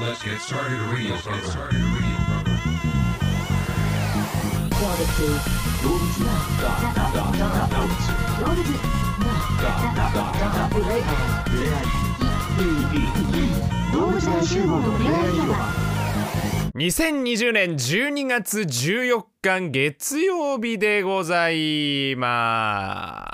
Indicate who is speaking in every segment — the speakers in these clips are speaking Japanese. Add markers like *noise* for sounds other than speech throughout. Speaker 1: Let's get started radio. Let's get started radio.
Speaker 2: Barbecue. Rules now.
Speaker 3: 2020年12月14日月曜日でございま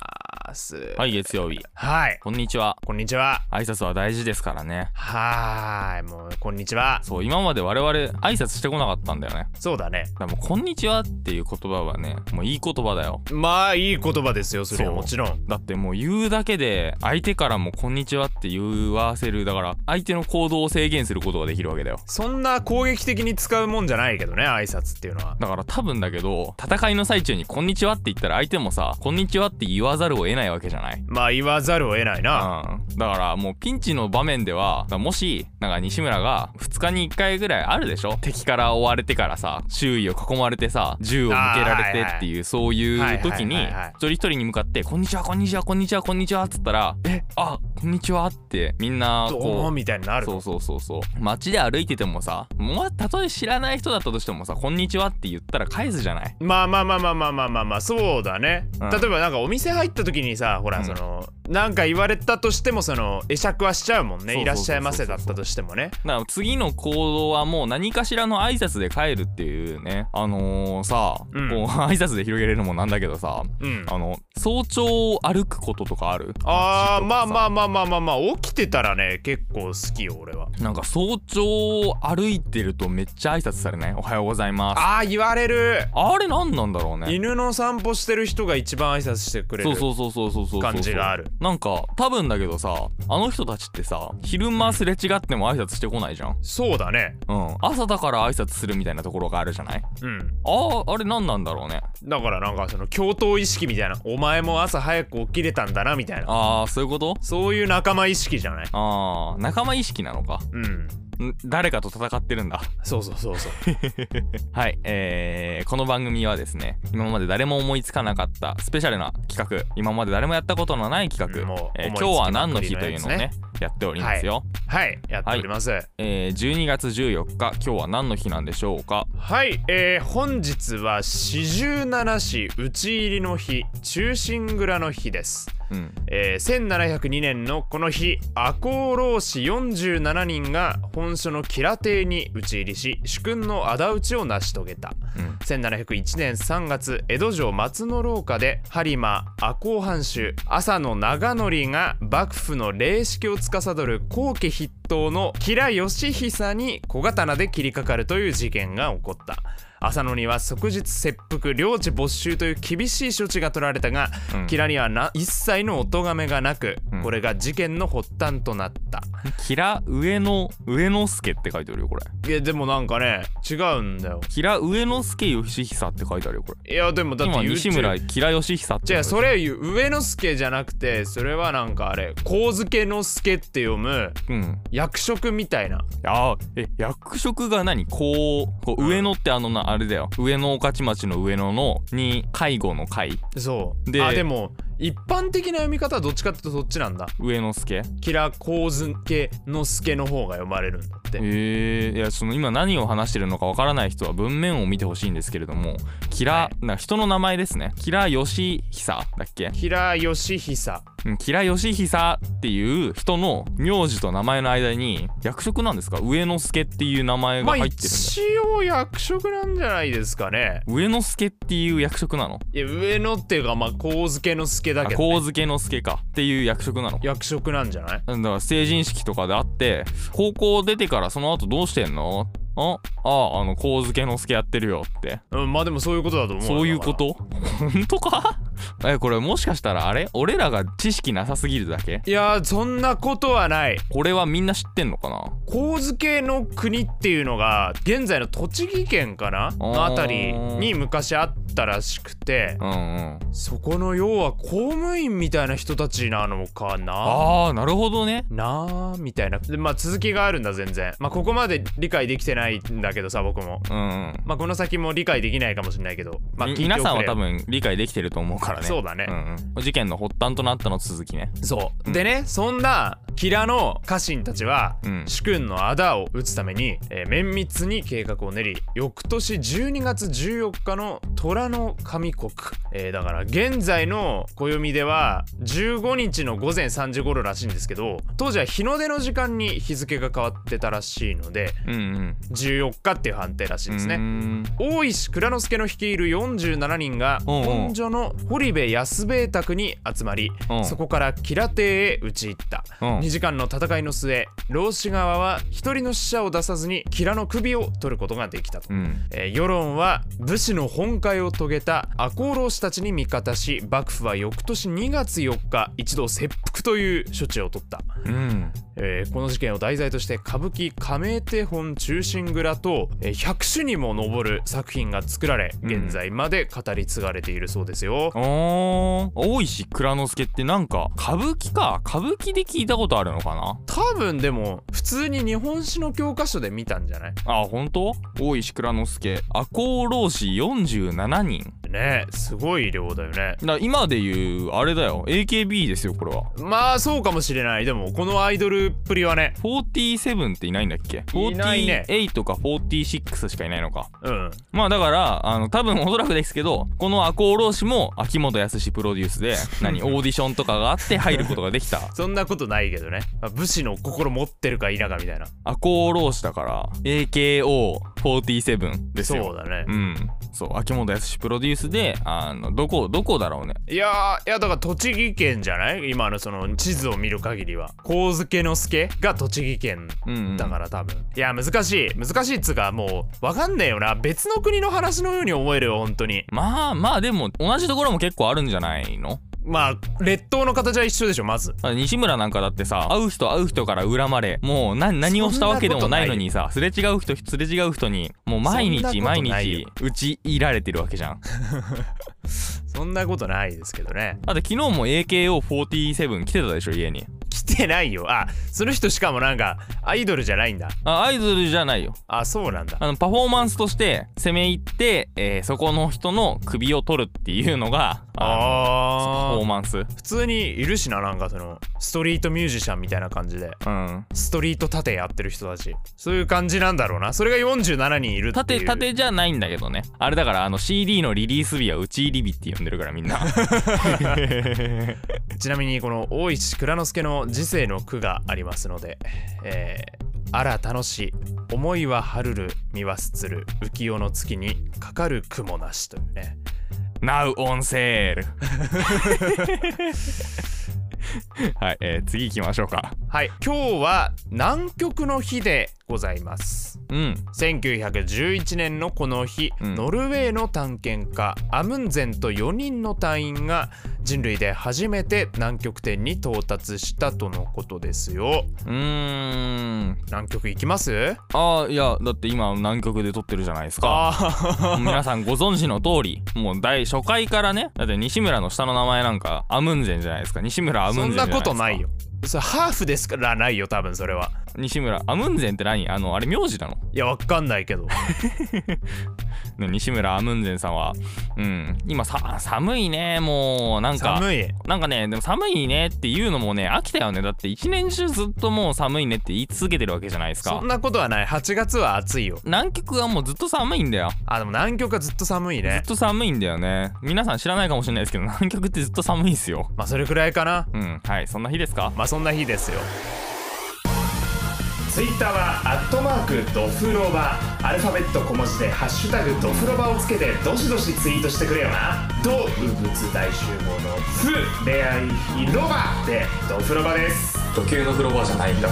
Speaker 3: す。
Speaker 4: はい、月曜日。
Speaker 3: はい。
Speaker 4: こんにちは。
Speaker 3: こんにちは。
Speaker 4: 挨拶は大事ですからね。
Speaker 3: はーい。もう、こんにちは。
Speaker 4: そう、今まで我々挨拶してこなかったんだよね。
Speaker 3: そうだね。
Speaker 4: だからもう、こんにちはっていう言葉はね、もういい言葉だよ。
Speaker 3: まあ、いい言葉ですよ、それは
Speaker 4: そう
Speaker 3: もちろん。
Speaker 4: だってもう言うだけで、相手からもこんにちはって言わせる。だから、相手の行動を制限することができるわけだよ。
Speaker 3: そんな攻撃的に使うもんじゃないけどね、挨拶っていうのは。
Speaker 4: だから多分だけど、戦いの最中にこんにちはって言ったら相手もさ、こんにちはって言わざるを得ないわけじゃない。
Speaker 3: まあ、言わざるを得ないな。
Speaker 4: うん、だからもうピンチの場面ではだからもしなんか西村が2日に1回ぐらいあるでしょ敵から追われてからさ周囲を囲まれてさ銃を向けられてっていうそういう時に
Speaker 3: はいはいはいはい
Speaker 4: 一人一人に向かって「こんにちはこんにちはこんにちはこんにちは」っつったら「えあこんにちは」ってみんな
Speaker 3: どう
Speaker 4: こ
Speaker 3: も、
Speaker 4: う
Speaker 3: みたいになる。
Speaker 4: そうそうそうそう街で歩いててもさもうたとえ知らない人だったとしてもさ「こんにちは」って言ったら返すじゃない
Speaker 3: まあまあまあまあまあまあまあまあそうだね、
Speaker 4: うん
Speaker 3: 例えばなんかお店入った時にさほら
Speaker 4: うん
Speaker 3: その、なんか言われたとしてもその会釈はしちゃうもん
Speaker 4: そうそうそうそ
Speaker 3: ね
Speaker 4: う
Speaker 3: いらっしゃいませだったとしてもね
Speaker 4: だから次の行動はもう何かしらの挨拶で帰るっていうねあのー、さ、
Speaker 3: うん
Speaker 4: こう *laughs* 挨拶で広げれるのもなんだけどさ
Speaker 3: うん
Speaker 4: あの早朝を歩くこととかある
Speaker 3: あーまあま
Speaker 4: あ
Speaker 3: あまあまあまあまあ起きてたらね結構好きよ俺は
Speaker 4: なんか早朝歩いてるとめっちゃ挨拶されないおはようございます
Speaker 3: あー言われる
Speaker 4: あれ何なんだろうね
Speaker 3: 犬の散歩してる人が一番挨拶してくれる
Speaker 4: そうそうそうそうそうそう
Speaker 3: 感じがある
Speaker 4: なんか多分だけどさあの人たちってさ昼間すれ違っても挨拶してこないじゃん
Speaker 3: そうだね
Speaker 4: うん朝だから挨拶するみたいなところがあるじゃない
Speaker 3: うん
Speaker 4: あーあれ何なんだろうね
Speaker 3: だからなんかその共闘意識みたいなお前も朝早く起きれたんだなみたいな
Speaker 4: ああそういうこと
Speaker 3: そういう仲間意識じゃない
Speaker 4: ああ仲間意識なのか
Speaker 3: うん
Speaker 4: ん誰かと戦ってるんだ
Speaker 3: そうそうそうそう
Speaker 4: *laughs* はいえー、この番組はですね今まで誰も思いつかなかったスペシャルな企画今まで誰もやったことのない企画、
Speaker 3: もう
Speaker 4: えー
Speaker 3: 思いつき
Speaker 4: 今日は何の日
Speaker 3: ま
Speaker 4: と
Speaker 3: くりのやつ
Speaker 4: いうの
Speaker 3: ね
Speaker 4: をねやっておりますよ、
Speaker 3: はい、やっております。はい、
Speaker 4: えー、12月14日今日は何の日なんでしょうか
Speaker 3: えー本日は四十七市討ち入りの日、中心蔵の日です。
Speaker 4: うん
Speaker 3: えー、1702年のこの日赤穂浪士47人が本所の吉良邸に討ち入りし主君の仇討ちを成し遂げた
Speaker 4: うん
Speaker 3: 1701年3月江戸城松の廊下で播磨赤穂藩主朝野長則が幕府の礼式を司る後家筆頭の吉良義久に小刀で切りかかるという事件が起こった浅野には即日切腹領地没収という厳しい処置が取られたが、
Speaker 4: うん
Speaker 3: キラにはな一切のお咎めがなく、
Speaker 4: うん
Speaker 3: これが事件の発端となった
Speaker 4: キラ上野上野助って書いてあるよこれ
Speaker 3: いやでもなんかね違うんだよ
Speaker 4: キラ上野助義久って書いてあるよこれ
Speaker 3: いやでもだって
Speaker 4: 今
Speaker 3: YouTube
Speaker 4: 西村キラ義久って
Speaker 3: じゃあそれ言う上之助じゃなくてそれはなんかあれ神漬の助って読む
Speaker 4: うん
Speaker 3: 役職みたいな
Speaker 4: ああえ役職が何こうこう上野ってあのなあれだよ上野御徒町の上野のに介護の会
Speaker 3: そう
Speaker 4: で
Speaker 3: あでも一般的な読み方はどっちかっていうとそっちなんだ
Speaker 4: 上野助へ
Speaker 3: キラ神漬の助の方が読まれるんだって
Speaker 4: えー、いやその今何を話してるのかわからない人は文面を見てほしいんですけれどもキラ、な人の名前ですねキラ義久だっけ
Speaker 3: キラ義久
Speaker 4: うんキラ義久っていう人の名字と名前の間に役職なんですか上野助っていう名前
Speaker 3: ま
Speaker 4: が
Speaker 3: あ
Speaker 4: 入ってるんだ、
Speaker 3: 一応役職なんじゃないですかね
Speaker 4: 上野助っていう役職なの
Speaker 3: いや上野っていうかまあ神漬の助だ
Speaker 4: あ
Speaker 3: けど、ね、
Speaker 4: 神付の助かっていう役職なの
Speaker 3: 役職なんじゃない
Speaker 4: なんだから成人式とかであって高校出てからその後どうしてんのあああの神漬の助やってるよって
Speaker 3: うんまあでもそういうことだと思うよ
Speaker 4: そういうこと本当か *laughs* えこれもしかしたらあれ俺らが知識なさすぎるだけ
Speaker 3: いやーそんなことはない
Speaker 4: これはみんな知ってんのかな
Speaker 3: 神漬の国っていうのが現在の栃木県かなのあたりに昔あったらしくて
Speaker 4: うんうん
Speaker 3: そこの要は公務員みたいな人たちなのかな
Speaker 4: ああなるほどね
Speaker 3: なーみたいなでまあ続きがあるんだ全然まあここまで理解できてないんだけどさ僕も
Speaker 4: うんうん
Speaker 3: まあこの先も理解できないかもしれないけどまあ聞いておく
Speaker 4: み
Speaker 3: れ
Speaker 4: 皆さんは多分理解できてると思うからね
Speaker 3: そうだね
Speaker 4: んうん、事件の発端となったの続きね
Speaker 3: そう、
Speaker 4: うん
Speaker 3: でねそんな吉良の家臣たちは、
Speaker 4: うん
Speaker 3: 主君の仇を討つために、えー綿密に計画を練り翌年12月14日の虎の神国、えーだから現在の暦では15日の午前3時頃らしいんですけど当時は日の出の時間に日付が変わってたらしいので
Speaker 4: うんうん
Speaker 3: 14日っていう判定らしいですね。
Speaker 4: うーん
Speaker 3: 大石蔵之介の率いる47人が
Speaker 4: うんうん
Speaker 3: 本所の堀部安兵衛宅に集まり
Speaker 4: うん
Speaker 3: そこから吉良邸へ打ち入った
Speaker 4: うん
Speaker 3: 2時間の戦いの末老子側は一人の死者を出さずに吉良の首を取ることができたと
Speaker 4: う。ん
Speaker 3: えー世論は武士の本会を遂げた赤穂浪士たちに味方し幕府は翌年2月4日一度切腹という処置を取った。
Speaker 4: うん
Speaker 3: えーこの事件を題材として歌舞伎「亀手本忠臣蔵と」えー100種にも上る作品が作られ
Speaker 4: うん
Speaker 3: 現在まで語り継がれているそうですよ。
Speaker 4: おー大石蔵之介ってなんか歌舞伎か歌舞伎で聞いたことあるのかな
Speaker 3: 多分でも普通に日本史の教科書で見たんじゃない
Speaker 4: あ本当大石蔵之介赤穂浪士47人
Speaker 3: ねえすごい量だよね。
Speaker 4: だ今で言うあれだよ AKB ですよこれは
Speaker 3: まあそうかもしれないでもこのアイドルっぷりはね
Speaker 4: 47っていないんだっけ
Speaker 3: いないね
Speaker 4: 48か46しかいないのか
Speaker 3: うん
Speaker 4: まあだからあの多分おそらくですけどこの赤穂浪士も秋元康プロデュー
Speaker 3: *laughs*
Speaker 4: スで何オーディションとかがあって入ることができた
Speaker 3: そんなことないけどねまあ武士の心持ってるか否かみたいな
Speaker 4: 赤穂浪士だから AKO47 ですよ
Speaker 3: そうだね、
Speaker 4: うんそう秋元康プロデュースであのどこどこだろうね
Speaker 3: いやーいやだから栃木県じゃない今のその地図を見る限りは上野之助が栃木県
Speaker 4: うんうん
Speaker 3: だから多分、いや難しい難しいっつうかもうわかんねえよな別の国の話のように思えるよ本当に
Speaker 4: まあまあでも同じところも結構あるんじゃないの
Speaker 3: まあ列島の形は一緒でしょまず
Speaker 4: あ西村なんかだってさ会う人会う人から恨まれもう何何をしたわけでもないのにさすれ違う人すれ違う人にもう毎
Speaker 3: そんなこ
Speaker 4: 日
Speaker 3: と
Speaker 4: 毎
Speaker 3: ない
Speaker 4: 日
Speaker 3: よ
Speaker 4: 打ちいられてるわけじゃんだ
Speaker 3: そんなことないですけどね
Speaker 4: って昨日も AKO47 来てたでしょ家に
Speaker 3: 来てないよあその人しかもなんかアイドルじゃないんだ
Speaker 4: あアイドルじゃないよ
Speaker 3: あそうなんだ
Speaker 4: あのパフォーマンスとして攻め入って、えーそこの人の首を取るっていうのがあのパ
Speaker 3: あ
Speaker 4: フォー
Speaker 3: ー
Speaker 4: マンス
Speaker 3: 普通にいるしななんかそのストリートミュージシャンみたいな感じで
Speaker 4: うん
Speaker 3: ストリート盾やってる人たちそういう感じなんだろうなそれが47人いるっていう
Speaker 4: 縦縦じゃないんだけどねあれだからあの CD のリリース日は打ち入り日って呼んでるから
Speaker 3: *laughs*
Speaker 4: みんな
Speaker 3: ちなみにこの大石蔵之介の時世の句がありますので「えー、あら楽しい思いははるる身はすつる浮世の月にかかる雲なし」というね
Speaker 4: Now
Speaker 3: *laughs*
Speaker 4: on sale はい、えー、次行きましょうか
Speaker 3: はい今日は南極の日でございます
Speaker 4: うん
Speaker 3: 1911年のこの日、
Speaker 4: うん
Speaker 3: ノルウェーの探検家アムンゼンと4人の隊員が人類で初めて南極点に到達したとのことですよ
Speaker 4: うーん
Speaker 3: 南極行きます
Speaker 4: ああいやだって今南極で撮ってるじゃないですか
Speaker 3: あ
Speaker 4: 皆さんご存知の通りもう第初回からねだって西村の下の名前なんかアムンゼンじゃないですか西村ア
Speaker 3: あ
Speaker 4: ムン
Speaker 3: そ
Speaker 4: ゼン
Speaker 3: ん
Speaker 4: じゃな
Speaker 3: ない
Speaker 4: です
Speaker 3: こ
Speaker 4: か
Speaker 3: とないよそれハーフですからないよ多分それは
Speaker 4: 西村アムンゼンって何あのあれ名字なの
Speaker 3: いやわかんないけど
Speaker 4: ね西村アムンゼンさんはうん今さ寒いねもうなんか
Speaker 3: 寒い
Speaker 4: なんかねでも寒いねっていうのもね飽きたよねだって一年中ずっともう寒いねって言い続けてるわけじゃないです
Speaker 3: そ
Speaker 4: か
Speaker 3: んなことはない8月は暑いよ
Speaker 4: 南極はもうずっと寒いんだよ
Speaker 3: あでも南極はずっと寒い
Speaker 4: ずっ
Speaker 3: ね
Speaker 4: と寒いんだよね皆さん知らないかもしれないですけど南極ってずっと寒いですよ
Speaker 3: まあそれくらいかな
Speaker 4: うんはいそんな日ですか
Speaker 3: まあそんな日ですよ。ツイッターはアットマークドフロバアルファベット小文字でハッシュタグドフロバをつけてどしどしツイートしてくれよな。ドウ物大集合のフ恋愛広場でドフロバです。
Speaker 4: 時計の風呂場じゃないんだ